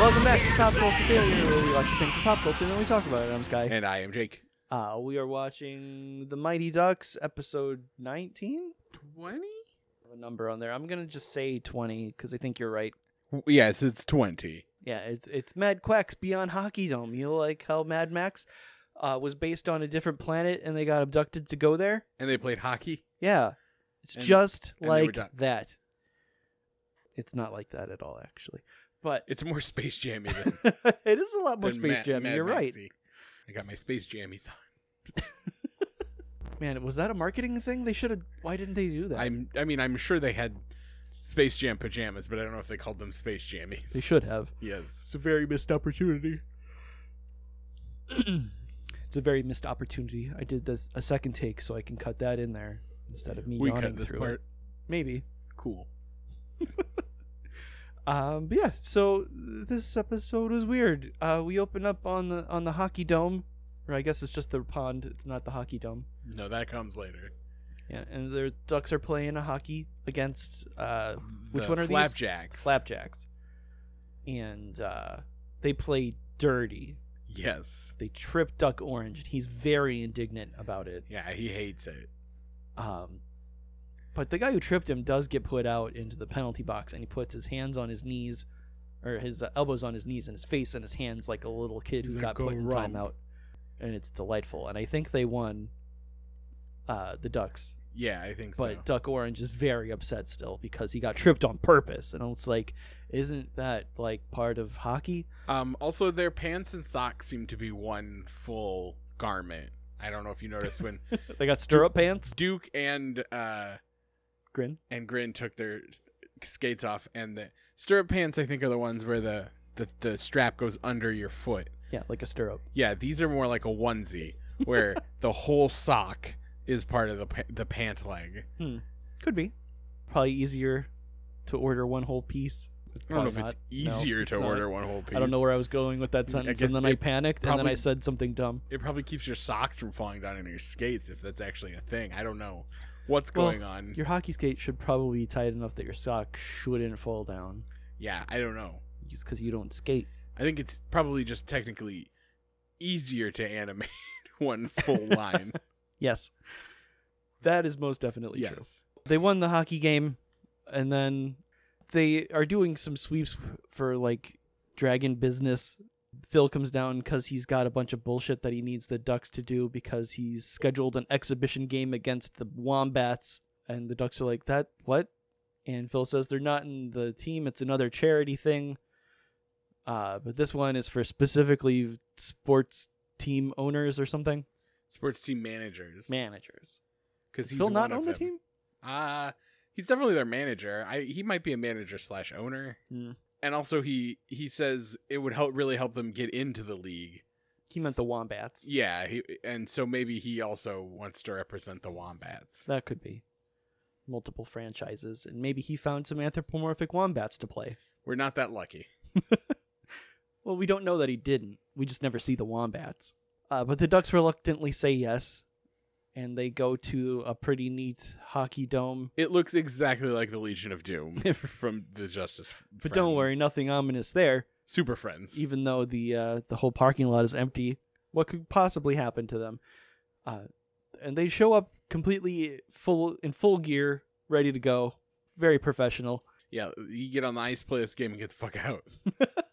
Welcome back to Pop Culture Failure, where we watch a thing for pop culture and then we talk about it. I'm Sky. And I am Jake. Uh, we are watching The Mighty Ducks, episode 19? 20? A number on there. I'm going to just say 20 because I think you're right. Yes, it's 20. Yeah, it's, it's Mad Quacks Beyond Hockey Dome. You know, like how Mad Max uh, was based on a different planet and they got abducted to go there? And they played hockey. Yeah. It's And- just and they were like ducks. that. It's not like that at all, actually. But It's more Space Jam even. it is a lot more than Space Ma- Jam. Mad You're right. Maxi. I got my Space Jammies on. Man, was that a marketing thing? They should have. Why didn't they do that? I'm. I mean, I'm sure they had Space Jam pajamas, but I don't know if they called them Space Jammies. they should have. Yes. a very missed opportunity. it's a very missed opportunity. I did this a second take, so I can cut that in there instead of me We yawning cut this through part. it. Maybe. Cool. Um, but yeah, so this episode was weird. Uh, we open up on the on the hockey dome, or I guess it's just the pond. It's not the hockey dome. No, that comes later. Yeah, and the ducks are playing a hockey against uh, Which The one are these? flapjacks? flapjacks, and uh, they play dirty. Yes. They trip Duck Orange, and he's very indignant about it. Yeah, he hates it. Um, but the guy who tripped him does get put out into the penalty box, and he puts his hands on his knees, or his uh, elbows on his knees, and his face in his hands like a little kid who He's got like, put "Go in romp." timeout. And it's delightful. And I think they won uh, the Ducks, Yeah, I think but so. Duck Orange is very upset still because he got tripped on purpose. And it's like, isn't that like part of hockey? Um, also, their pants and socks seem to be one full garment. I don't know if you noticed when They got stirrup pants. Duke and uh, Grin. and Grin took their s- skates off, and the stirrup pants I think are the ones where the the, the strap goes under your foot. Yeah, like a stirrup. Yeah, these are more like a onesie where the whole sock is part of the pa- the pant leg. Could be. Probably easier to order one whole piece. I don't know if Probably not. it's No, easier it's to not. order one whole piece. Mm, I don't know where I was going with that sentence, guess and then I it panicked, and then I probably- said something dumb. It probably keeps your socks from falling down into your skates if that's actually a thing. I don't know what's Well, going on. Your hockey skate should probably be tight enough that your sock shouldn't fall down, Yeah, I don't know. just because you don't skate. I think it's probably just technically easier to animate one full line. Yes, that is most definitely true. yes. They won the hockey game, and then they are doing some sweeps for like dragon business. Phil comes down because he's got a bunch of bullshit that he needs the Ducks to do because he's scheduled an exhibition game against the Wombats, and the Ducks are like, "That what?" And Phil says they're not in the team; it's another charity thing. Uh, but this one is for specifically sports team owners or something, Sports team managers. managers. because Is Phil not on the team? Uh he's definitely their manager. I he might be a manager slash owner. Hmm. And also he he says it would help really help them get into the league. He meant the Wombats. Yeah, he, and so maybe he also wants to represent the wombats. That could be multiple franchises, and maybe he found some anthropomorphic wombats to play. We're not that lucky. Well, we don't know that he didn't. We just never see the wombats. Uh, but the ducks reluctantly say yes, and they go to a pretty neat hockey dome. It looks exactly like the Legion of Doom from the Justice. But don't worry, Friends. nothing ominous there. Super Friends. Even though the uh, the whole parking lot is empty, what could possibly happen to them? Uh, and they show up completely full in full gear, ready to go, very professional. yeah, you get on the ice, play this game, and get the fuck out.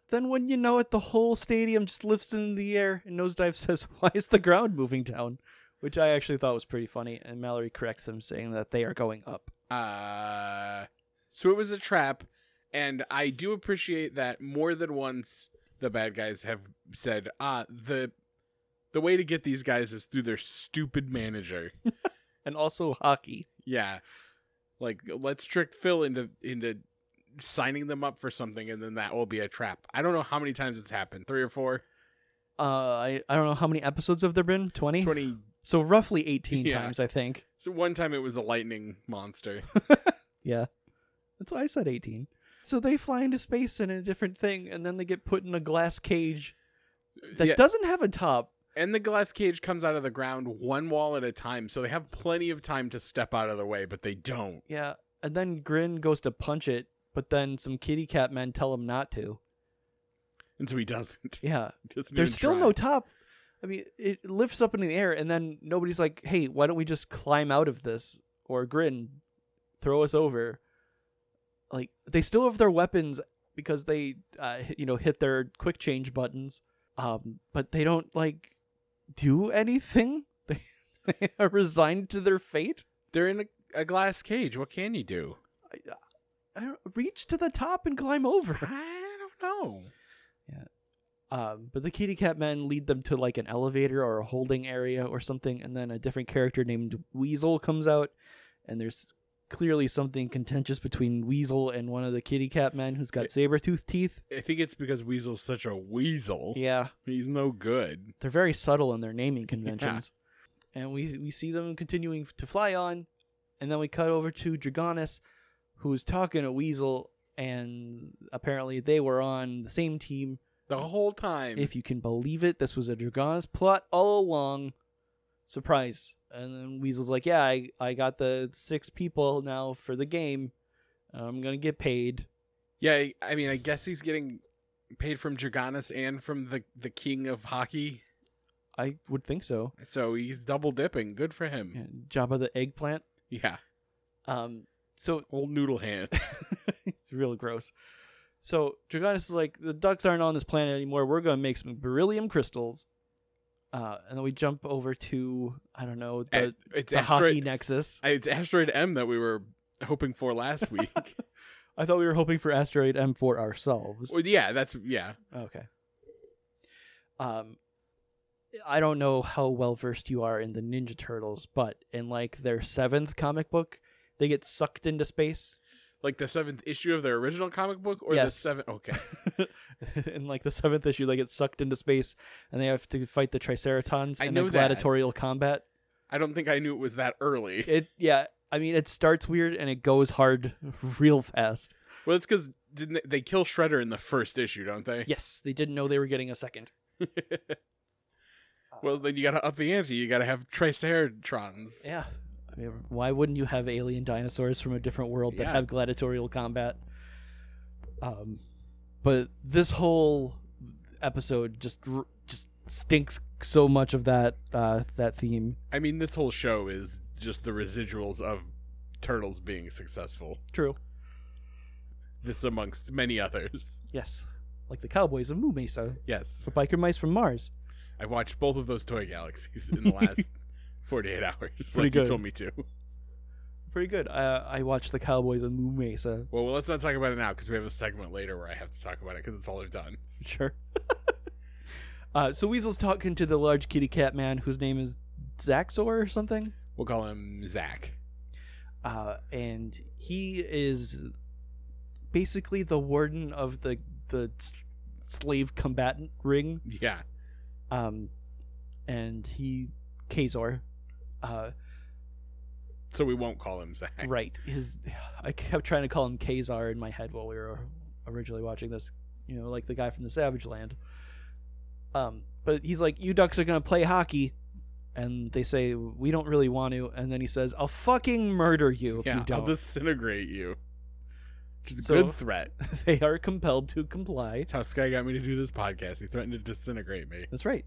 Then when you know it, the whole stadium just lifts in the air, and Nosedive says, "Why is the ground moving down?" Which I actually thought was pretty funny, and Mallory corrects him, saying that they are going up. Uh, so it was a trap, and I do appreciate that more than once the bad guys have said, "Ah, the the way to get these guys is through their stupid manager." And also hockey. yeah, like let's trick Phil into into signing them up for something, and then that will be a trap. I don't know how many times it's happened, three or four, Uh, I, I don't know how many episodes have there been. Twenty. twenty. So roughly eighteen Yeah. times, I think. So one time it was a lightning monster. Yeah, that's why I said eighteen. So they fly into space in a different thing, and then they get put in a glass cage that Yeah, doesn't have a top. and the glass cage comes out of the ground one wall at a time, so they have plenty of time to step out of the way, but they don't. Yeah, and then Grin goes to punch it, but then some kitty cat men tell him not to. and so he doesn't. Yeah. He doesn't There's even still try. no top. I mean, it lifts up into the air, and then nobody's like, "Hey, why don't we just climb out of this?" Or grin, throw us over. Like they still have their weapons because they, uh, hit- you know, hit their quick change buttons, um, but they don't like do anything. They, they are resigned to their fate. They're in a, a glass cage. What can you do? I don't, reach to the top and climb over. I don't know. Um, but the kitty cat men lead them to like an elevator or a holding area or something, and then a different character named Weasel comes out, and there's clearly something contentious between Weasel and one of the kitty cat men who's got It- saber tooth teeth. I think it's because Weasel's such a weasel. Yeah, He's no good. they're very subtle in their naming conventions. And we we see them continuing to fly on, and then we cut over to Dragonis, who's talking to Weasel, and apparently they were on the same team The whole time. If you can believe it, this was a Dragonis plot all along. Surprise. And then Weasel's like, Yeah, I, I got the six people now for the game. I'm going to get paid. yeah, I- I mean, I guess he's getting paid from Dragonis and from the, the king of hockey. I would think so. So he's double dipping. Good for Yeah, him. Jabba the eggplant. Yeah. Um, so Old noodle hands. it's real gross. So Dragonis is like, the ducks aren't on this planet anymore. We're gonna make some beryllium crystals. Uh, and then we jump over to I don't know the, A- it's, the asteroid, hockey nexus. I- it's asteroid M that we were hoping for last week. I thought we were hoping for asteroid M for ourselves. well, yeah, that's yeah. Okay. Um, I don't know how well versed you are in the Ninja Turtles, but in like their seventh comic book, they get sucked into space. Like the seventh issue of their original comic book, or the Yes. seventh. Okay, in like the seventh issue, they get sucked into space, and they have to fight the Triceratons I in know a that. gladiatorial combat. I don't think I knew it was that early. It yeah, I mean it starts weird and it goes hard real fast. Well, it's because didn't they, they kill Shredder in the first issue, don't they? Yes, they didn't know they were getting a second. Well, then you got to up the ante. You got to have Triceratrons. Yeah. I mean, why wouldn't you have alien dinosaurs from a different world that Yeah. have gladiatorial combat? Um, but this whole episode just r- just stinks so much of that uh, that theme. I mean, this whole show is just the residuals of Turtles being successful. True. This amongst many others. Yes. Like the Cowboys of Moo Mesa, Yes, the biker mice from Mars. I've watched both of those toy galaxies in the last forty-eight hours, like good. you told me to. Pretty good. Uh, I watched the Cowboys of Moo Mesa Well, well, let's not talk about it now because we have a segment later where I have to talk about it because it's all I've done. Sure. uh, so Weasel's talking to the large kitty cat man whose name is Zaxor or something. We'll call him Zach. Uh, and he is basically the warden of the the s- slave combatant ring. Yeah, Um, and he Kazor. Uh, so we won't call him Zach. right. His I kept trying to call him Kazar in my head while we were originally watching this. You know, like the guy from the Savage Land. Um, but he's like, "You ducks are gonna play hockey," and they say, "We don't really want to." And then he says, "I'll fucking murder you if yeah, you don't." I'll disintegrate you. Which is a So- good threat. they are compelled to comply. That's how Sky got me to do this podcast. He threatened to disintegrate me. That's right.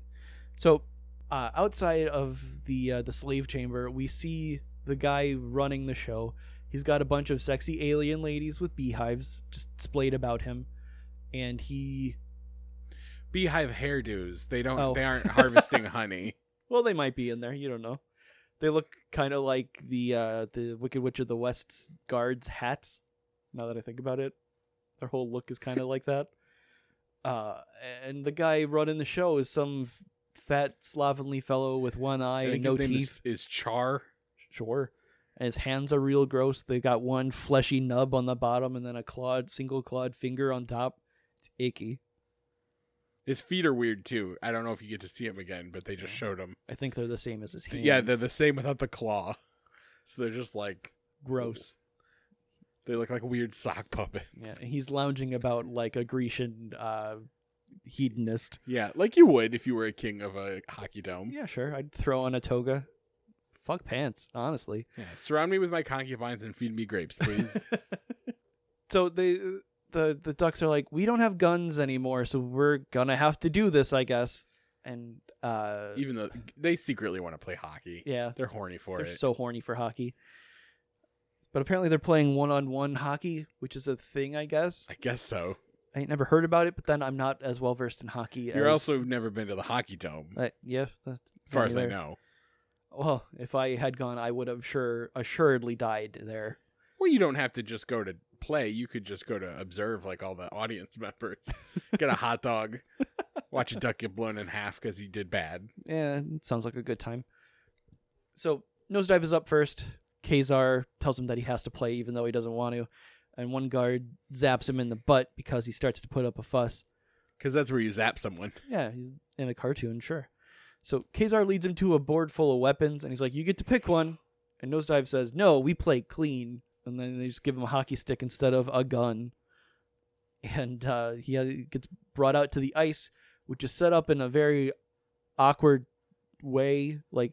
So, uh, outside of the uh, the slave chamber, we see the guy running the show. He's got a bunch of sexy alien ladies with beehives just splayed about him, and he Beehive hairdos. They don't. Oh. They aren't harvesting honey. well, they might be in there. You don't know. They look kind of like the uh, the Wicked Witch of the West's guards' hats. Now that I think about it, their whole look is kind of like that. Uh, and the guy running the show is some fat slovenly fellow with one eye I and think no his name teeth. is, is Char. Sure. And his hands are real gross. They got one fleshy nub on the bottom and then a clawed, single clawed finger on top. It's icky. His feet are weird too. I don't know if you get to see him again, but they just showed him. I think they're the same as his hands. Yeah, they're the same without the claw. So they're just like gross. they look like weird sock puppets. Yeah, and he's lounging about like a Grecian uh, hedonist. Yeah, like you would if you were a king of a hockey dome. Yeah, sure. I'd throw on a toga. Fuck pants, honestly. Yeah. Surround me with my concubines and feed me grapes, please. so they the the ducks are like, we don't have guns anymore, so we're gonna have to do this, I guess. And uh, Even though they secretly want to play hockey, yeah, they're horny for they're it. so horny for hockey. But apparently they're playing one on one hockey, which is a thing, I guess. I guess so. I ain't never heard about it, but then I'm not as well versed in hockey. You're as- also never been to the hockey dome, as Uh, yeah, that's far yeah, as I there. know. Well, if I had gone, I would have sure assuredly died there. Well, you don't have to just go to play. You could just go to observe, like all the audience members. Get a hot dog, watch a duck get blown in half because he did bad. Yeah, it sounds like a good time. So Nosedive is up first. Kazar tells him that he has to play even though he doesn't want to. And one guard zaps him in the butt because he starts to put up a fuss. Because that's where you zap someone. Yeah, he's in a cartoon, sure. So Kazar leads him to a board full of weapons and he's like, You get to pick one. And Nosedive says, No, we play clean. And then they just give him a hockey stick instead of a gun. And uh, he uh, gets brought out to the ice, which is set up in a very awkward way. Like,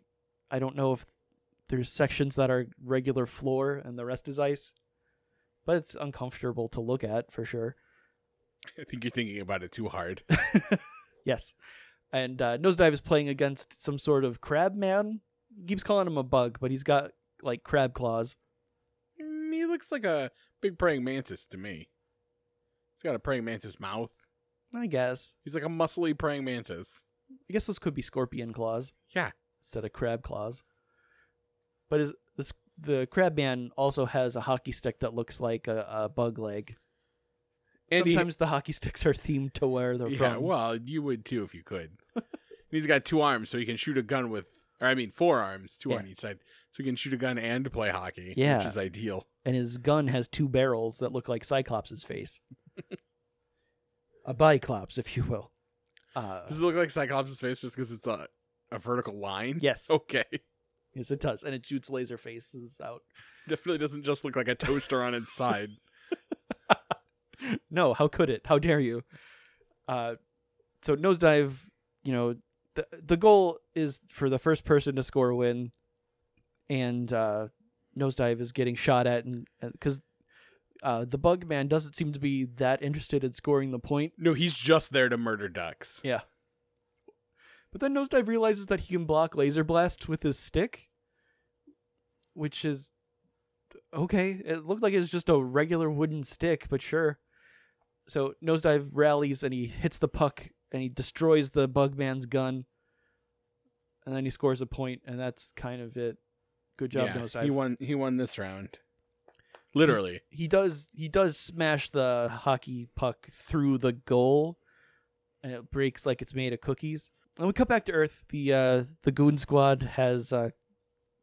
I don't know if there's sections that are regular floor and the rest is ice, but it's uncomfortable to look at for sure. I think you're thinking about it too hard. Yes. And uh, Nosedive is playing against some sort of crab man. He keeps calling him a bug, but he's got like crab claws. Mm, he looks like a big praying mantis to me. He's got a praying mantis mouth. I guess. He's like a muscly praying mantis. I guess those could be scorpion claws Yeah. instead of crab claws. But is this the crab man also has a hockey stick that looks like a, a bug leg. And he- Sometimes the hockey sticks are themed to where they're yeah, from. well, you would too if you could. And he's got two arms, so he can shoot a gun with, or I mean, four arms, two on Yeah. each side, so he can shoot a gun and play hockey, Yeah. which is ideal. and his gun has two barrels that look like Cyclops' face. a biclops, if you will. Uh, Does it look like Cyclops' face just because it's a, a vertical line? yes. Okay. Yes, it does, and it shoots laser faces out. Definitely doesn't just look like a toaster on its side. No, how could it? How dare you? Uh, so nosedive. You know, the the goal is for the first person to score a win, and uh, nosedive is getting shot at, and because uh, the bug man doesn't seem to be that interested in scoring the point. No, he's just there to murder ducks. But then nosedive realizes that he can block laser blasts with his stick, which is okay. It looked like it was just a regular wooden stick, but sure. So nosedive rallies and he hits the puck and he destroys the bugman's gun, and then he scores a point, and that's kind of it. Good job, nosedive. he won. He won this round. Literally, he does he does smash the hockey puck through the goal and it breaks like it's made of cookies and we cut back to earth the uh the goon squad has uh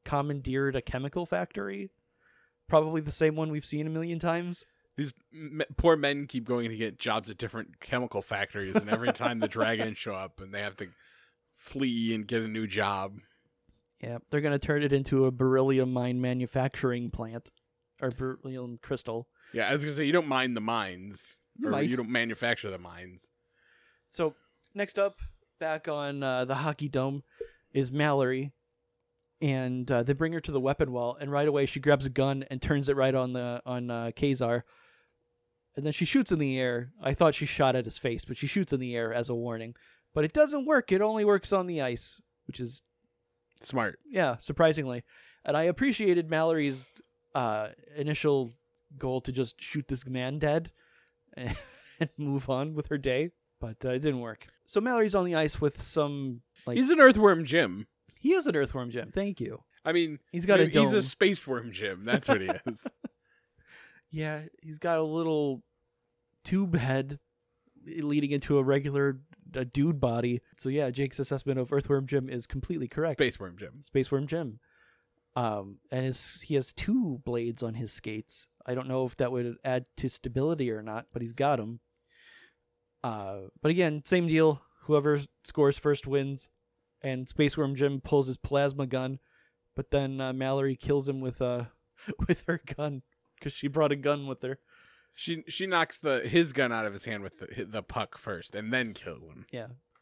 commandeered a chemical factory probably the same one we've seen a million times these me- poor men keep going to get jobs at different chemical factories, and every time the dragons show up, and they have to flee and get a new job. yeah they're gonna turn it into a beryllium mine manufacturing plant or beryllium crystal Yeah, I was gonna say you don't mind the mines, You or might. you don't manufacture the mines. So next up, back on uh, the hockey dome, is Mallory, and uh, they bring her to the weapon wall, and right away she grabs a gun and turns it right on the on uh, Kazar, and then she shoots in the air. I thought she shot at his face, but she shoots in the air as a warning. But it doesn't work. It only works on the ice, which is Smart. yeah, surprisingly. And I appreciated Mallory's uh, initial goal to just shoot this man dead and move on with her day, but uh, it didn't work. So Mallory's on the ice with some like he's an earthworm Jim. he is an earthworm Jim. Thank you. I mean, He's got a dome. he's a space worm Jim. That's what he is. yeah, he's got a little tube head leading into a regular a dude body. So yeah, Jake's assessment of earthworm Jim is completely correct. space worm Jim. Space Worm Jim. Um, and his, he has two blades on his skates. I don't know if that would add to stability or not, but he's got them. Uh, but again, same deal. Whoever scores first wins. And Space Worm Jim pulls his plasma gun, but then uh, Mallory kills him with uh with her gun because she brought a gun with her. She she knocks the his gun out of his hand with the, the puck first, and then kills him.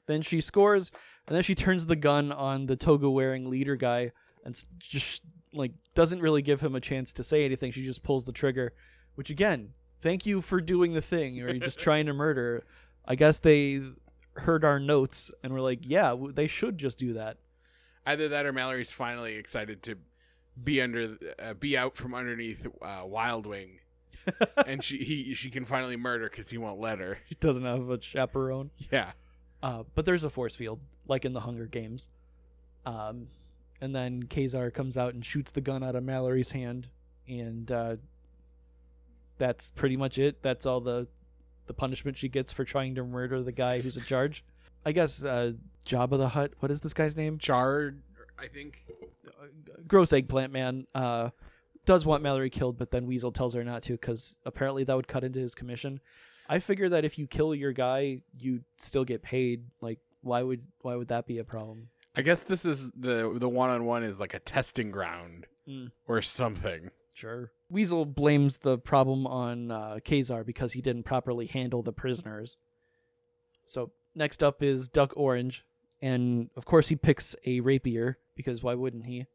Then she scores, and then she turns the gun on the toga wearing leader guy and s- just like doesn't really give him a chance to say anything. She just pulls the trigger, which again, thank you for doing the thing or you're just trying to murder i guess they heard our notes and were like yeah w- they should just do that Either that or Mallory's finally excited to be under, uh, be out from underneath uh, Wild Wing, and she he she can finally murder because he won't let her. it doesn't have a chaperone Yeah, uh, but there's a force field like in the hunger games um, and then kazar comes out and shoots the gun out of mallory's hand and uh, that's pretty much it that's all the the punishment she gets for trying to murder the guy who's in charge i guess uh, jabba the hutt what is this guy's name charred. I think. gross eggplant man uh, does want Mallory killed, but then Weasel tells her not to because apparently that would cut into his commission. I figure that if you kill your guy, you still get paid. Like, why would why would that be a problem? I guess this is the the one on one is like a testing ground Mm. or something. Sure. Weasel blames the problem on uh, Kazar because he didn't properly handle the prisoners. So next up is Duck Orange, and of course he picks a rapier because why wouldn't he?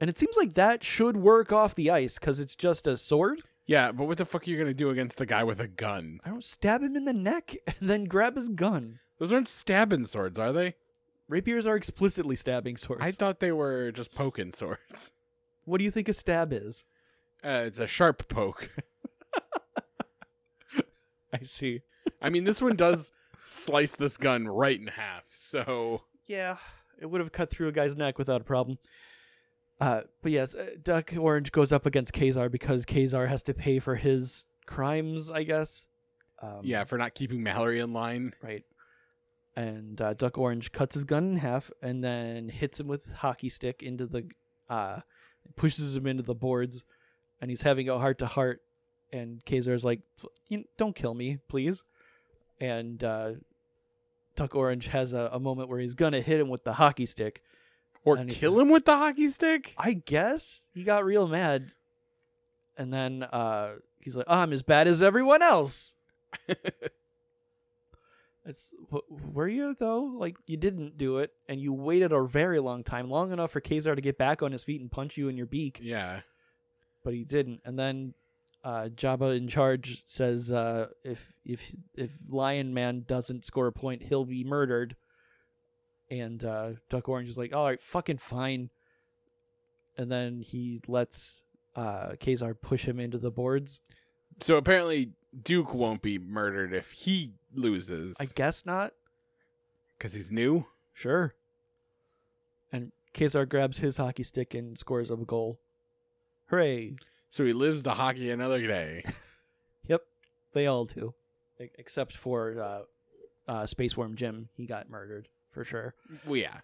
And it seems like that should work off the ice because it's just a sword. Yeah, but what the fuck are you gonna do against the guy with a gun? I don't stab him in the neck and then grab his gun. Those aren't stabbing swords, are they? Rapiers are explicitly stabbing swords. I thought they were just poking swords. what do you think a stab is? Uh, it's a sharp poke. I see. I mean, this one does slice this gun right in half. So Yeah, it would have cut through a guy's neck without a problem. Uh, but yes, uh, Duck Orange goes up against Kazar because Kazar has to pay for his crimes, I guess. Um, yeah, for not keeping Mallory in line. Right. And uh, Duck Orange cuts his gun in half and then hits him with a hockey stick into the, uh, pushes him into the boards, and he's having a heart to heart. And Kazar's like, you don't kill me, please. And uh, Duck Orange has a, a moment where he's gonna hit him with the hockey stick. Or And he's kill him with the hockey stick? I guess he got real mad, and then uh, he's like, "I'm as bad as everyone else." it's wh- were you though? Like you didn't do it, and you waited a very long time, long enough for Kazar to get back on his feet and punch you in your beak, Yeah. but he didn't. And then uh, Jabba in charge says, uh, "If if if Lion Man doesn't score a point, he'll be murdered." And uh, Duck Orange is like, "All right, fucking fine." And then he lets uh, Kazar push him into the boards. So apparently Duke won't be murdered if he loses I guess not. because he's new. Sure. And Kazar grabs his hockey stick and scores a goal. Hooray! So he lives the hockey another day. Yep, they all do, E- except for uh, uh, Space Worm Jim. He got murdered for sure. well, yeah.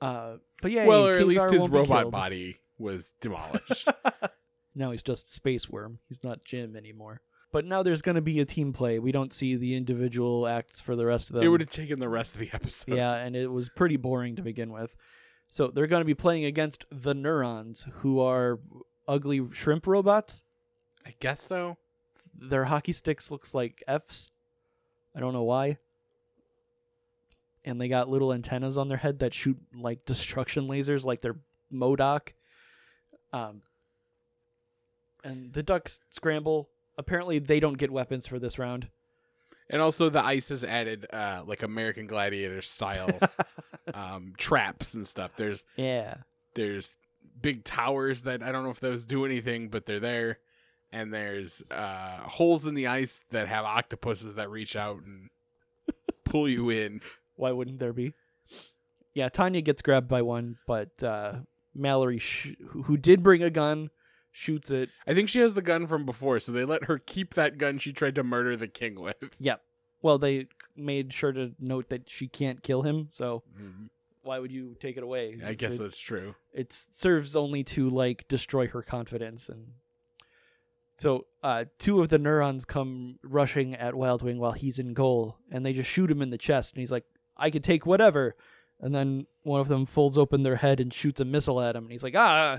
Uh, but yeah, well, or at Kazar least his won't be robot killed. body was demolished. now he's just Space Worm. He's not Jim anymore. But now there's going to be a team play. We don't see the individual acts for the rest of them. it would have taken the rest of the episode. yeah, and it was pretty boring to begin with. So they're going to be playing against the Neurons, who are ugly shrimp robots. I guess so. Their hockey sticks looks like F's. I don't know why. And they got little antennas on their head that shoot like destruction lasers, like they're Modoc. Um, and the ducks scramble. Apparently, they don't get weapons for this round. And also the ice has added uh like American Gladiator style um traps and stuff. There's yeah. there's big towers that I don't know if those do anything, but they're there. And there's uh holes in the ice that have octopuses that reach out and pull you in. Why wouldn't there be? Yeah, Tanya gets grabbed by one, but uh, Mallory, sh- who who did bring a gun, shoots it. I think she has the gun from before, so they let her keep that gun she tried to murder the king with. Yep. Well, they made sure to note that she can't kill him, so why would you take it away? I guess it, that's true. it serves only to like destroy her confidence and so uh, two of the neurons come rushing at Wildwing while he's in goal, and they just shoot him in the chest. And he's like, "I could take whatever," and then one of them folds open their head and shoots a missile at him. And he's like, "Ah,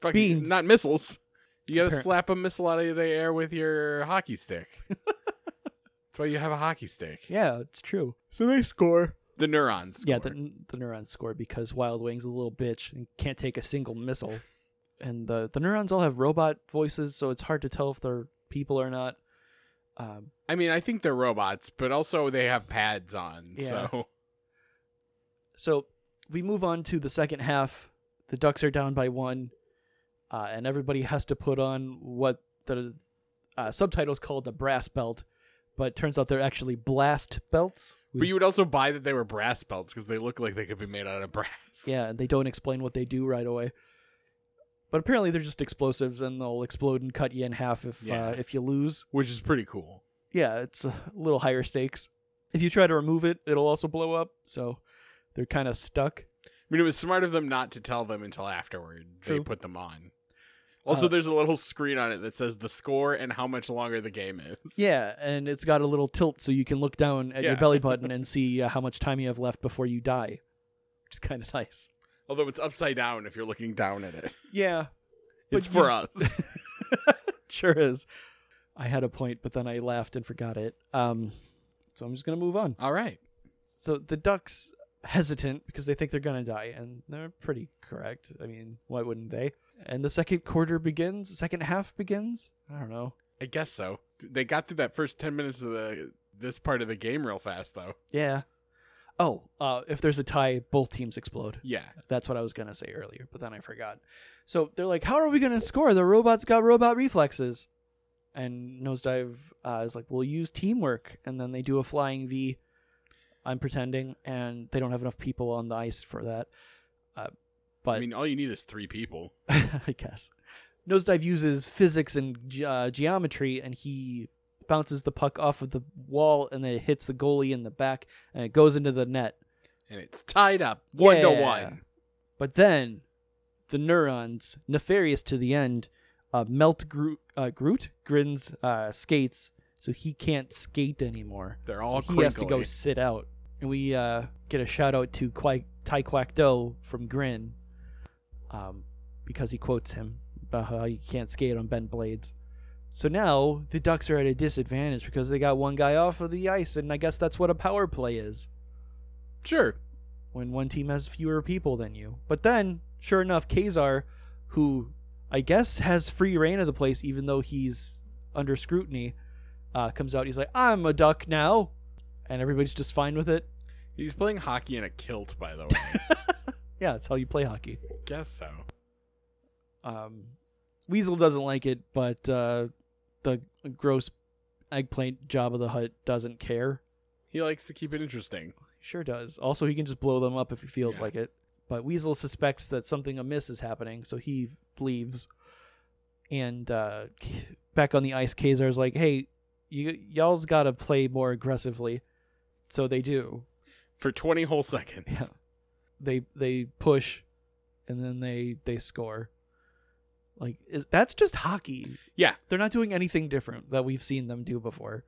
Fucking Beans. not missiles. You gotta Apparent- slap a missile out of the air with your hockey stick. that's why you have a hockey stick. Yeah, it's true. So they score. The neurons. Yeah, score. the, the neurons score because Wild Wing's a little bitch and can't take a single missile. And the, the neurons all have robot voices, so it's hard to tell if they're people or not. Um, I mean, I think they're robots, but also they have pads on. Yeah. So so we move on to the second half. The Ducks are down by one, uh, and everybody has to put on what the uh, subtitles called the brass belt, but turns out they're actually blast belts. But you would also buy that they were brass belts because they look like they could be made out of brass. Yeah, and they don't explain what they do right away. But apparently they're just explosives, and they'll explode and cut you in half if Yeah. uh, if you lose. Which is pretty cool. Yeah, it's a little higher stakes. If you try to remove it, it'll also blow up. So they're kind of stuck. I mean, it was smart of them not to tell them until afterward they True. put them on. Also, Uh, there's a little screen on it that says the score and how much longer the game is. Yeah, and it's got a little tilt so you can look down at your Yeah. belly button and see uh, how much time you have left before you die, which is kind of nice. Although it's upside down if you're looking down at it. Yeah, But It's for you s- us. sure is. I had a point, but then I laughed and forgot it. Um, so I'm just gonna move on. All right. so the ducks hesitant because they think they're gonna die and they're pretty correct i mean why wouldn't they and the second quarter begins second half begins i don't know I guess so. They got through that first 10 minutes of the this part of the game real fast, though. yeah oh uh, if there's a tie both teams explode Yeah. that's what i was gonna say earlier but then i forgot so they're like how are we gonna score the robot's got robot reflexes and nosedive uh, is like we'll use teamwork and then they do a flying v i'm pretending and they don't have enough people on the ice for that uh, but I mean, all you need is three people. I guess. Nosedive uses physics and ge- uh, geometry, and he bounces the puck off of the wall, and then it hits the goalie in the back, and it goes into the net. And it's tied up one to Yeah. one. But then, the neurons, nefarious to the end, uh, melt Groot, uh, Groot grins uh, skates, so he can't skate anymore. They're all so he has to go crinkly. sit out. And we uh, get a shout out to Quai- Tai Quack Do from Grin, um, because he quotes him about how you can't skate on bent blades. So now the Ducks are at a disadvantage because they got one guy off of the ice, and I guess that's what a power play is Sure. when one team has fewer people than you. But then, sure enough, Kazar, who I guess has free reign of the place, even though he's under scrutiny, uh, comes out. He's like, "I'm a duck now," and everybody's just fine with it. He's playing hockey in a kilt, by the way. Yeah, that's how you play hockey. guess so. Um, Weasel doesn't like it, but uh, the gross eggplant Jabba the Hutt doesn't care. He likes to keep it interesting. He sure does. Also, he can just blow them up if he feels Yeah. like it. But Weasel suspects that something amiss is happening, so he leaves. And uh, K- back on the ice, Kazar's like, "Hey, you y'all's got to play more aggressively." So they do. for 20 whole seconds. Yeah. They they push, and then they they score. Like is, that's just hockey. Yeah. they're not doing anything different that we've seen them do before.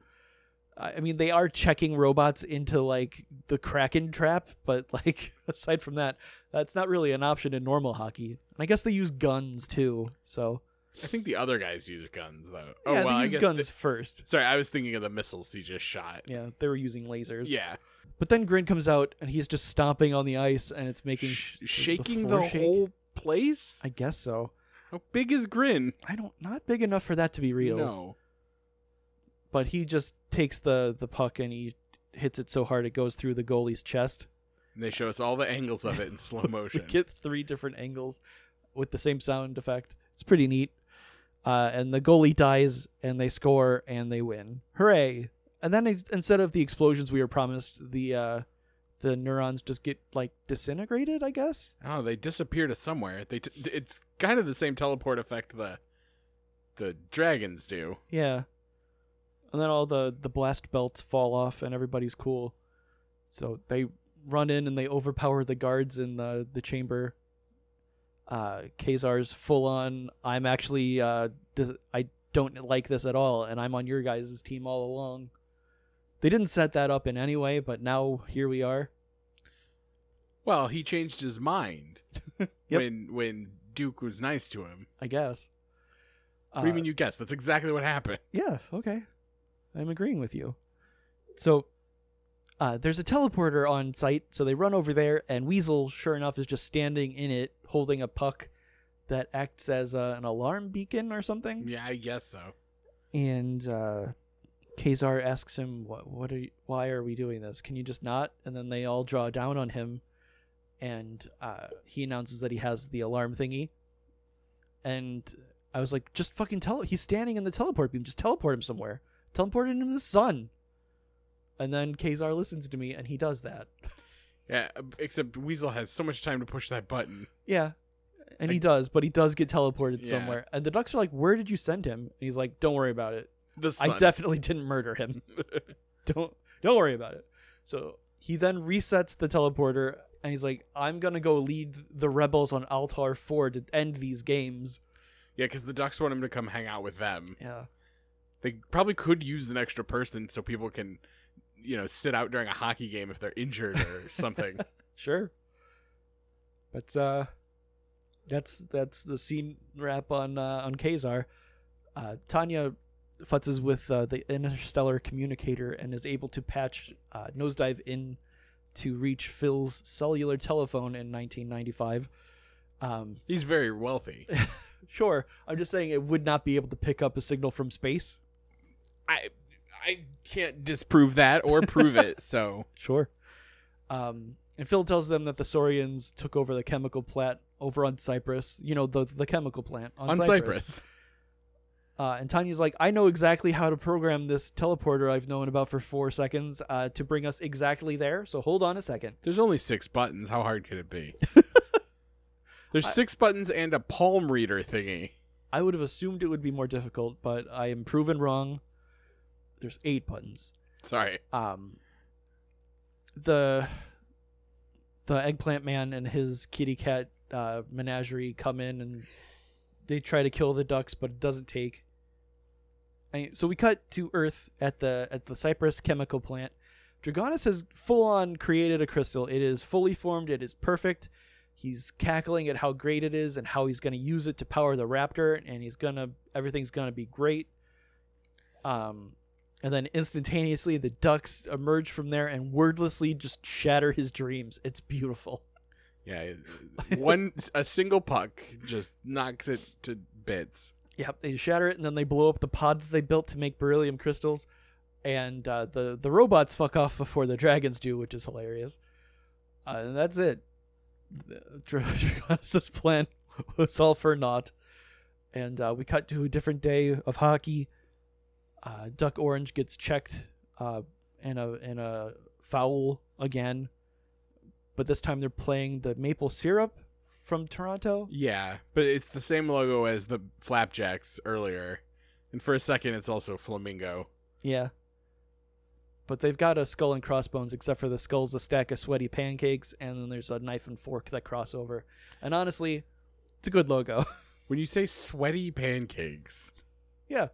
I I mean, they are checking robots into like the Kraken trap, but like aside from that, that's not really an option in normal hockey. And I guess they use guns too. So I think the other guys use guns though. yeah, Oh well, they I use guess guns first. the- sorry, I was thinking of the missiles he just shot. Yeah, they were using lasers. Yeah, but then Grin comes out and he's just stomping on the ice, and it's making Sh- sh- the shaking floor the shake. whole place. I guess so. How big is Grin? I don't not big enough for that to be real. No, But he just takes the the puck and he hits it so hard it goes through the goalie's chest. and they show us all the angles of it in slow motion. We get three different angles with the same sound effect. It's pretty neat. Uh, and the goalie dies, and they score, and they win. Hooray! And then it's- instead of the explosions we were promised, the uh, the neurons just get like disintegrated. I guess. oh, they disappear to somewhere. They t- it's kind of the same teleport effect the the dragons do. Yeah. And then all the the blast belts fall off, and everybody's cool. So they run in and they overpower the guards in the the chamber. Uh, Kazar's full on. I'm actually. Uh, dis- I don't like this at all, and I'm on your guys' team all along. They didn't set that up in any way, but now here we are. Well, he changed his mind Yep. when when Duke was nice to him. I guess. Uh, what do you mean you guessed? That's exactly what happened. Yeah, okay. I'm agreeing with you. So uh, there's a teleporter on site, so they run over there, and Weasel, sure enough, is just standing in it holding a puck that acts as uh, an alarm beacon or something. Yeah, I guess so. and uh, Kazar asks him, "What? What are? You, why are we doing this? Can you just not?" And then they all draw down on him, and uh, he announces that he has the alarm thingy. And I was like, "Just fucking tell." He's standing in the teleport beam. Just teleport him somewhere. Teleport him to the sun. And then Kazar listens to me, and he does that. Yeah, except Weasel has so much time to push that button. Yeah. And he I- does, but he does get teleported Yeah. somewhere. And the ducks are like, Where did you send him? And he's like, Don't worry about it. The sun. I definitely didn't murder him. don't don't worry about it. So he then resets the teleporter and he's like, I'm gonna go lead the rebels on Altar Four to end these games. yeah, because the ducks want him to come hang out with them. Yeah. They probably could use an extra person so people can, you know, sit out during a hockey game if they're injured or something. Sure. But uh that's that's the scene wrap on uh, on Kazar. Uh Tanya futzes with uh, the interstellar communicator and is able to patch uh, nosedive in to reach Phil's cellular telephone in 1995. Um He's very wealthy. sure, I'm just saying it would not be able to pick up a signal from space. I I can't disprove that or prove it. So Sure. Um, and Phil tells them that the Saurians took over the chemical plant over on Cyprus. You know, the the chemical plant on, on Cyprus. Cyprus, Uh, and Tanya's like, I know exactly how to program this teleporter I've known about for four seconds uh, to bring us exactly there. So hold on a second. there's only six buttons. How hard could it be? There's six buttons and a palm reader thingy. I would have assumed it would be more difficult, but I am proven wrong. There's eight buttons. Sorry. um the the eggplant man and his kitty cat uh, menagerie come in and they try to kill the ducks but it doesn't take And so we cut to earth at the at the cypress chemical plant dragonis has full on created a crystal it is fully formed it is perfect he's cackling at how great it is and how he's going to use it to power the raptor and he's going to everything's going to be great um and then instantaneously, the ducks emerge from there and wordlessly just shatter his dreams. It's beautiful. Yeah, it- one a single puck just knocks it to bits. Yep, they shatter it and then they blow up the pod that they built to make beryllium crystals. And uh, the the robots fuck off before the dragons do, which is hilarious. Uh, and that's it. The- Dra- Draconis' plan was all for naught. And uh, we cut to a different day of hockey. Uh, Duck Orange gets checked uh, in a in a foul again, but this time they're playing the maple syrup from Toronto. Yeah, but it's the same logo as the flapjacks earlier, and for a second, it's also flamingo. Yeah. But they've got a skull and crossbones, except for the skull's a stack of sweaty pancakes, and then there's a knife and fork that cross over. And honestly, it's a good logo. When you say sweaty pancakes, yeah,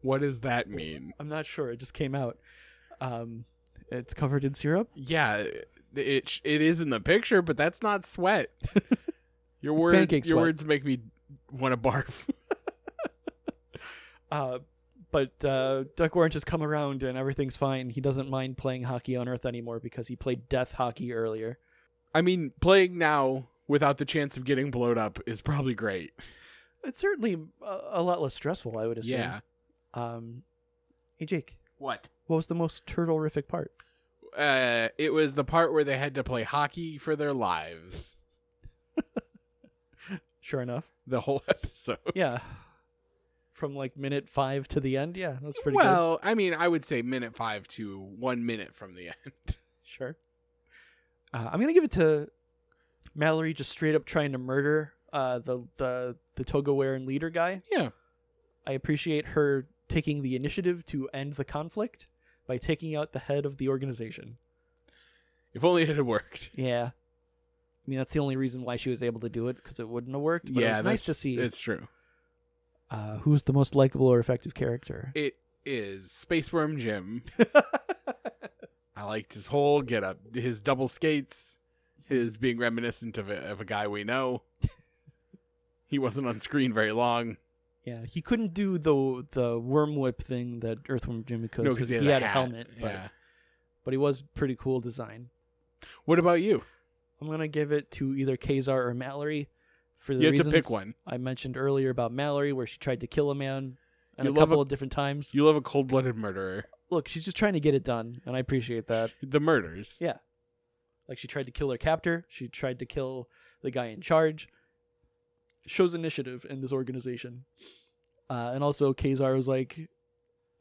what does that mean? I'm not sure. It just came out. Um, it's covered in syrup. Yeah, it it, it is in the picture, but that's not sweat. Your It's word, pancake your sweat. words make me want to barf. Uh, but uh, Duck Orange has come around and everything's fine. He doesn't mind playing hockey on Earth anymore because he played death hockey earlier. I mean, playing now without the chance of getting blowed up is probably great. It's certainly a, a lot less stressful, I would assume. Yeah. Um, hey, Jake, What? what was the most turtle-rific part? uh, it was the part where they had to play hockey for their lives. Sure enough. The whole episode. yeah from like minute five to the end yeah that's pretty good well, I mean, I would say minute five to one minute from the end. sure uh, i'm gonna give it to mallory just straight up trying to murder uh, the the the togowaran leader guy Yeah. i appreciate her taking the initiative to end the conflict by taking out the head of the organization If only it had worked. yeah i mean that's the only reason why she was able to do it because it wouldn't have worked but yeah, it was nice that's- to see It's true. uh, who's the most likable or effective character It is Space Worm Jim. I liked his whole get up, his double skates, his being reminiscent of a, of a guy we know. he wasn't on screen very long. Yeah, he couldn't do the the worm whip thing that Earthworm Jimmy could. No, 'cause because he, had a helmet, but, Yeah. but he was pretty cool design. What about you? I'm gonna give it to either Kazar or Mallory for the You have reasons to pick one. I mentioned earlier about Mallory, where she tried to kill a man and a You love couple a- of different times. You love a cold blooded murderer. Look, she's just trying to get it done, and I appreciate that. The murders. Yeah. Like she tried to kill her captor, she tried to kill the guy in charge. Shows initiative in this organization. Uh, and also Kazar was like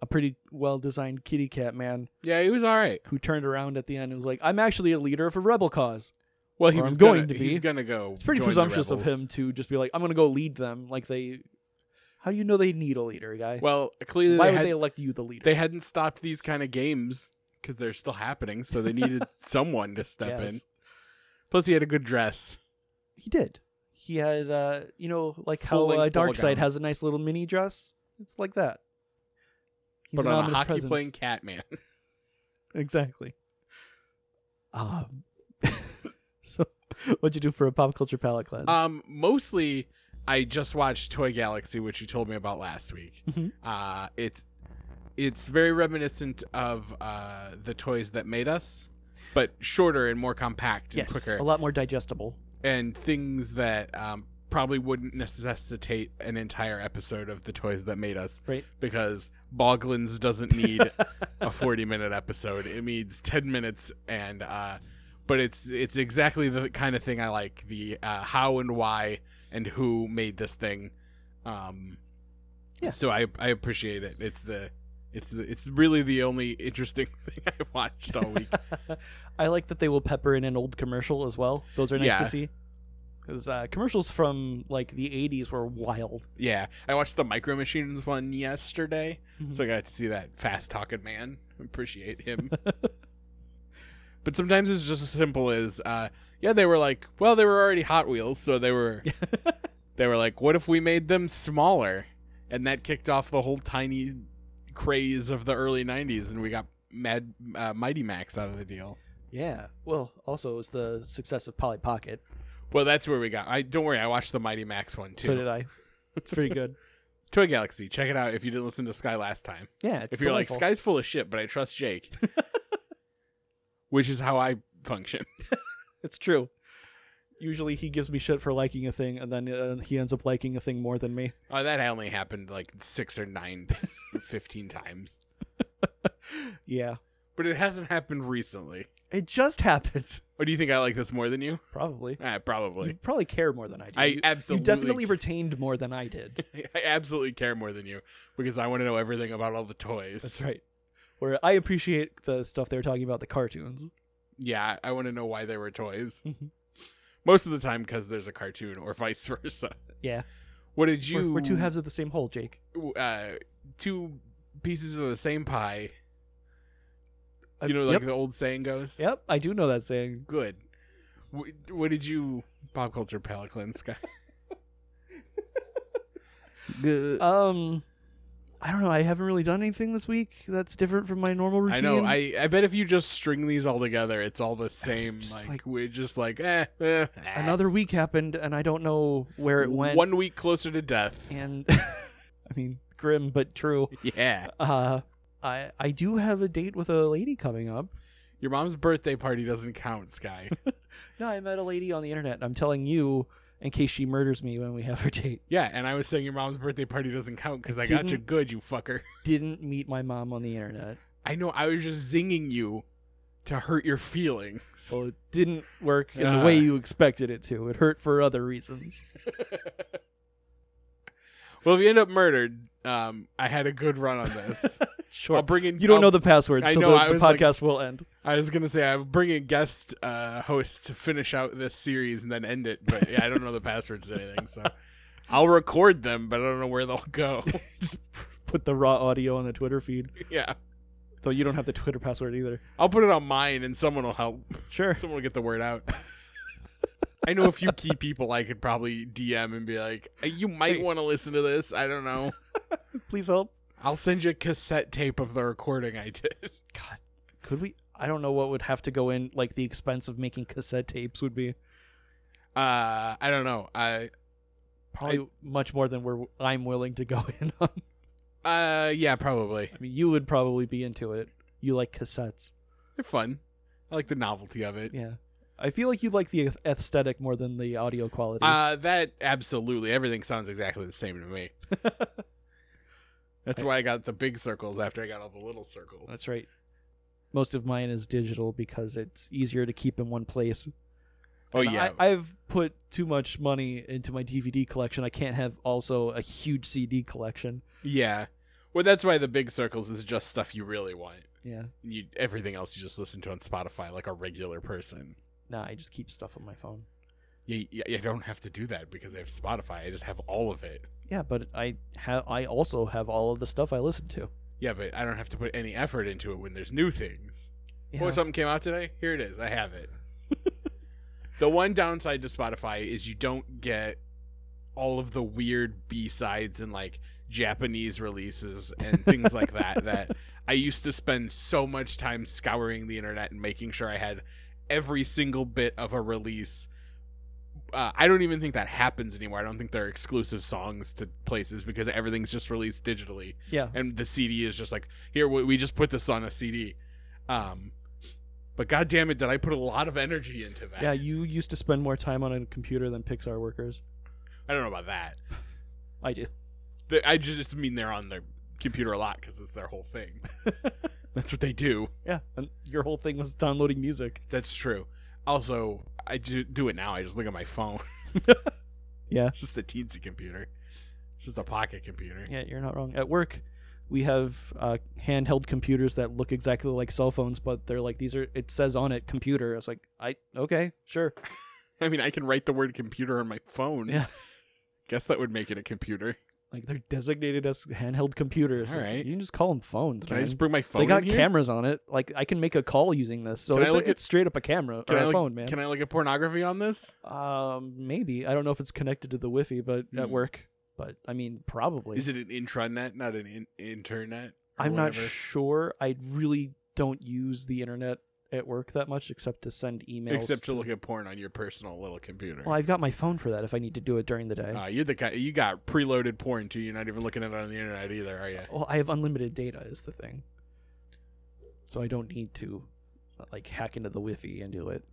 a pretty well designed kitty cat man Yeah, he was all right. who turned around at the end and was like, I'm actually a leader of a rebel cause. Well, he Or was I'm going gonna- to be. He's gonna go. It's pretty join the presumptuous of rebels. him to just be like, I'm gonna go lead them. Like they how do you know they need a leader, guy? Well, clearly Why they, would had, they elect you the leader? they hadn't stopped these kind of games because they're still happening, so they needed someone to step Yes. in. Plus, he had a good dress. He did. He had, uh, you know, like how Full-length uh, bubble Darkseid gown. has a nice little mini dress. It's like that. He's but an on a ominous hockey presence. playing cat man. Exactly. Um, so, what'd you do for a pop culture palette cleanse? Um, mostly, I just watched Toy Galaxy, which you told me about last week. Mhm. Uh, it's it's very reminiscent of uh, the toys that made us, but shorter and more compact and yes, quicker, a lot more digestible. and things that um, probably wouldn't necessitate an entire episode of the toys that made us, Right. Because Boglins doesn't need a forty-minute episode; it needs ten minutes and. Uh, but it's it's exactly the kind of thing I like the uh, how and why and who made this thing. Um, Yeah. So I I appreciate it. It's the it's the, it's really the only interesting thing I've watched all week. I like that they will pepper in an old commercial as well. Those are nice Yeah. to see. Because uh, commercials from like the '80s were wild. yeah, I watched the Micro Machines one yesterday, Mhm. so I got to see that fast talking man. Appreciate him. but sometimes it's just as simple as uh, yeah, they were like, well, they were already Hot Wheels, so they were they were like, what if we made them smaller? And that kicked off the whole tiny craze of the early 90s, and we got Mad uh, Mighty Max out of the deal. yeah. Well, also it was the success of Polly Pocket. Well, that's where we got. I don't worry, I watched the Mighty Max one too. So did I. It's pretty good. Toy Galaxy, check it out if you didn't listen to Sky last time. Yeah, it's if you're delightful. like Sky's full of shit, but I trust Jake, which is how I function. it's true. Usually he gives me shit for liking a thing, and then uh, he ends up liking a thing more than me. Oh, that only happened like six or nine, fifteen times, Yeah, but it hasn't happened recently. it just happens. Or Oh, do you think I like this more than you? Probably. Ah, probably. You probably care more than I do. I You- absolutely- You definitely retained more than I did. I absolutely care more than you because I want to know everything about all the toys. That's right. Where I appreciate the stuff they were talking about, the cartoons. Yeah, I want to know why they were toys. Mhm. Most of the time, because there's a cartoon, or vice versa. Yeah, What did We're- you? we're, two halves of the same hole, Jake. uh, two pieces of the same pie. I- You know, like Uh, yep, the old saying goes. yep, I do know that saying. Good. What, what did you pop culture palate cleanse, Sky? Good. Um, I don't know. I haven't really done anything this week that's different from my normal routine. I know. I, I bet if you just string these all together, it's all the same. Just like, like- we're just like eh, eh, eh. another week happened, and I don't know where it went. One week closer to death. and I mean grim but true. Yeah. Uh I I do have a date with a lady coming up. Your mom's birthday party doesn't count, Sky. No, I met a lady on the internet. and I'm telling you in case she murders me when we have her date. yeah, and I was saying your mom's birthday party doesn't count because I got you Didn't- good, you fucker. Didn't meet my mom on the internet. I know. I was just zinging you to hurt your feelings. Well, it didn't work in Ah. the way you expected it to. It hurt for other reasons. Well, if you end up murdered, um, I had a good run on this. Sure. I'll bring in. you don't I'll- know the password, I so know, the, I the was like- podcast will end. I was gonna say I'll bring in guest uh, hosts to finish out this series and then end it, but yeah, I don't know the passwords to anything, so I'll record them, but I don't know where they'll go. Just put the raw audio on the Twitter feed. yeah, Though you don't have the Twitter password either. I'll put it on mine, and someone will help. Sure. Someone will get the word out. I know a few key people I could probably DM and be like, you might want to listen to this. I don't know. Please help. I'll send you a cassette tape of the recording I did. God, could we? I don't know what would have to go in, like the expense of making cassette tapes would be Uh, I don't know. I, probably much more than we're I'm willing to go in on. uh, yeah, probably. I mean, you would probably be into it. You like cassettes, They're fun. I like the novelty of it. yeah. I feel like you like the aesthetic more than the audio quality. Uh, that absolutely. Everything sounds exactly the same to me. That's why I got the big circles after I got all the little circles. That's right. Most of mine is digital because it's easier to keep in one place. oh And yeah. I, I've put too much money into my DVD collection. I can't have also a huge CD collection. yeah. Well, that's why the big circles is just stuff you really want. Yeah. You everything else you just listen to on Spotify like a regular person. Nah, I just keep stuff on my phone. You, you, you don't have to do that because I have Spotify. I just have all of it. Yeah, but I have. I also have all of the stuff I listen to. Yeah, but I don't have to put any effort into it when there's new things. Yeah. Oh, something came out today? Here it is. I have it. the one downside to Spotify is you don't get all of the weird B sides and like Japanese releases and things like that. That I used to spend so much time scouring the internet and making sure I had every single bit of a release. Uh, I don't even think that happens anymore. I don't think they're exclusive songs to places because everything's just released digitally yeah. and the CD is just like here we we just put this on a CD. Um, but god damn it, did I put a lot of energy into that? Yeah, you used to spend more time on a computer than Pixar workers. I don't know about that. I do. The- I just mean they're on their computer a lot because it's their whole thing. That's what they do. Yeah, and your whole thing was downloading music. That's true. Also, I do, do it now. I just look at my phone. Yeah. It's just a teensy computer. It's just a pocket computer. Yeah, you're not wrong. At work, we have uh, handheld computers that look exactly like cell phones, but they're like these are. It says on it computer. It's like I okay sure. I mean, I can write the word computer on my phone. Yeah. Guess that would make it a computer. Like they're designated as handheld computers. All It's like, right. you can just call them phones. Can I man. just bring my phone? they got in here? cameras on it. Like I can make a call using this. So Can I it's, a, look at- it's straight up a camera Can or I a look- phone, man. Can I look at pornography on this? Um, maybe I don't know if it's connected to the Wi-Fi, but at Hmm. work. But I mean, probably. Is it an intranet, not an in- internet? or I'm not whatever? sure. I really don't use the internet at work that much, except to send emails. Except to look at porn on your personal little computer. Well, I've got my phone for that. If I need to do it during the day. Uh, you're the guy. You got preloaded porn too. You're not even looking at it on the internet either, are you? well, I have unlimited data, is the thing. So I don't need to like hack into the Wi-Fi and do it.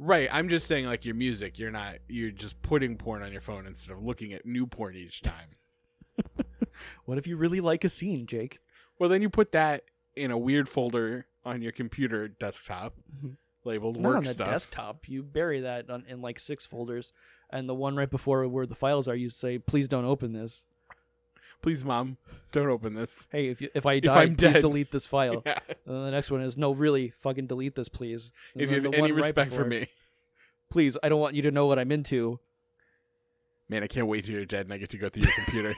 Right. I'm just saying, like your music. You're not. You're just putting porn on your phone instead of looking at new porn each time. What if you really like a scene, Jake? well, then you put that in a weird folder on your computer desktop Mhm. labeled Not work on the stuff. desktop. You bury that on, in like six folders, and the one right before where the files are, you say, "Please don't open this." Please, mom, don't open this. Hey, if you, if I die, I'm please dead. delete this file. Yeah. And then the next one is, no, really, fucking delete this, please. And If you then have the any one right respect for before, me, please, I don't want you to know what I'm into. man, I can't wait till you're dead and I get to go through your computer.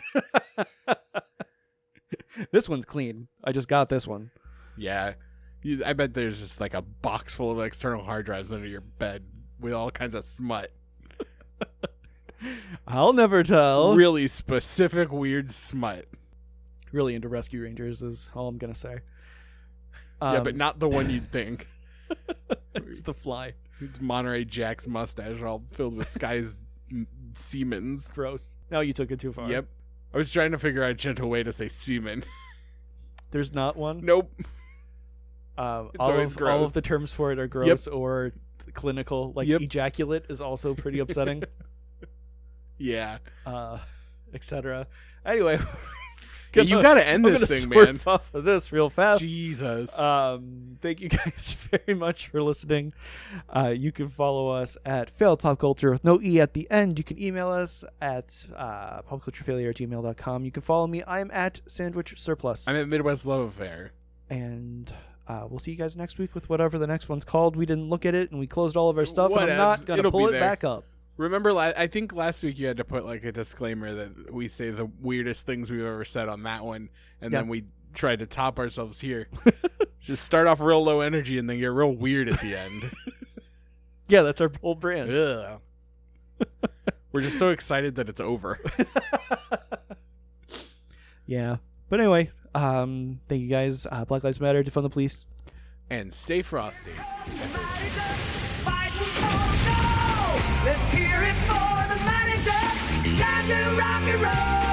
This one's clean. I just got this one. Yeah. You, I bet there's just like a box full of external hard drives under your bed with all kinds of smut. I'll never tell. Really specific, weird smut. really into Rescue Rangers is all I'm gonna say. yeah, Um, but not the one you'd think. it's the fly. it's Monterey Jack's mustache all filled with Sky's m- Siemens. Gross. No, you took it too far. Yep. I was trying to figure out a gentle way to say semen. There's not one. nope. Um, It's all always of all of gross. the terms for it are gross or clinical. Like Yep. ejaculate is also pretty upsetting. Yeah. uh, etc. Anyway, Yeah, you got to end I'm this gonna thing, swerve man. off of this real fast. Jesus. Um, thank you guys very much for listening. Uh, you can follow us at failed pop culture with no e at the end. You can email us at uh, popculturefailure at gmail.com. You can follow me. I'm at sandwich surplus. I'm at Midwest Love Affair. and uh, we'll see you guys next week with whatever the next one's called. We didn't look at it and we closed all of our stuff. And I'm Whatevs. not going to It'll pull be it there. back up. Remember, la- I think last week you had to put like a disclaimer that we say the weirdest things we've ever said on that one, and Yeah. then we try to top ourselves here. Just start off real low energy and then get real weird at the end. Yeah, that's our whole brand. Ugh. We're just so excited that it's over. Yeah. But anyway, um, thank you guys. Uh, Black Lives Matter, defund the police. And stay frosty. Mighty Ducks, fight for gold, go! Let's hear it for the Mighty Ducks, time to rock and roll!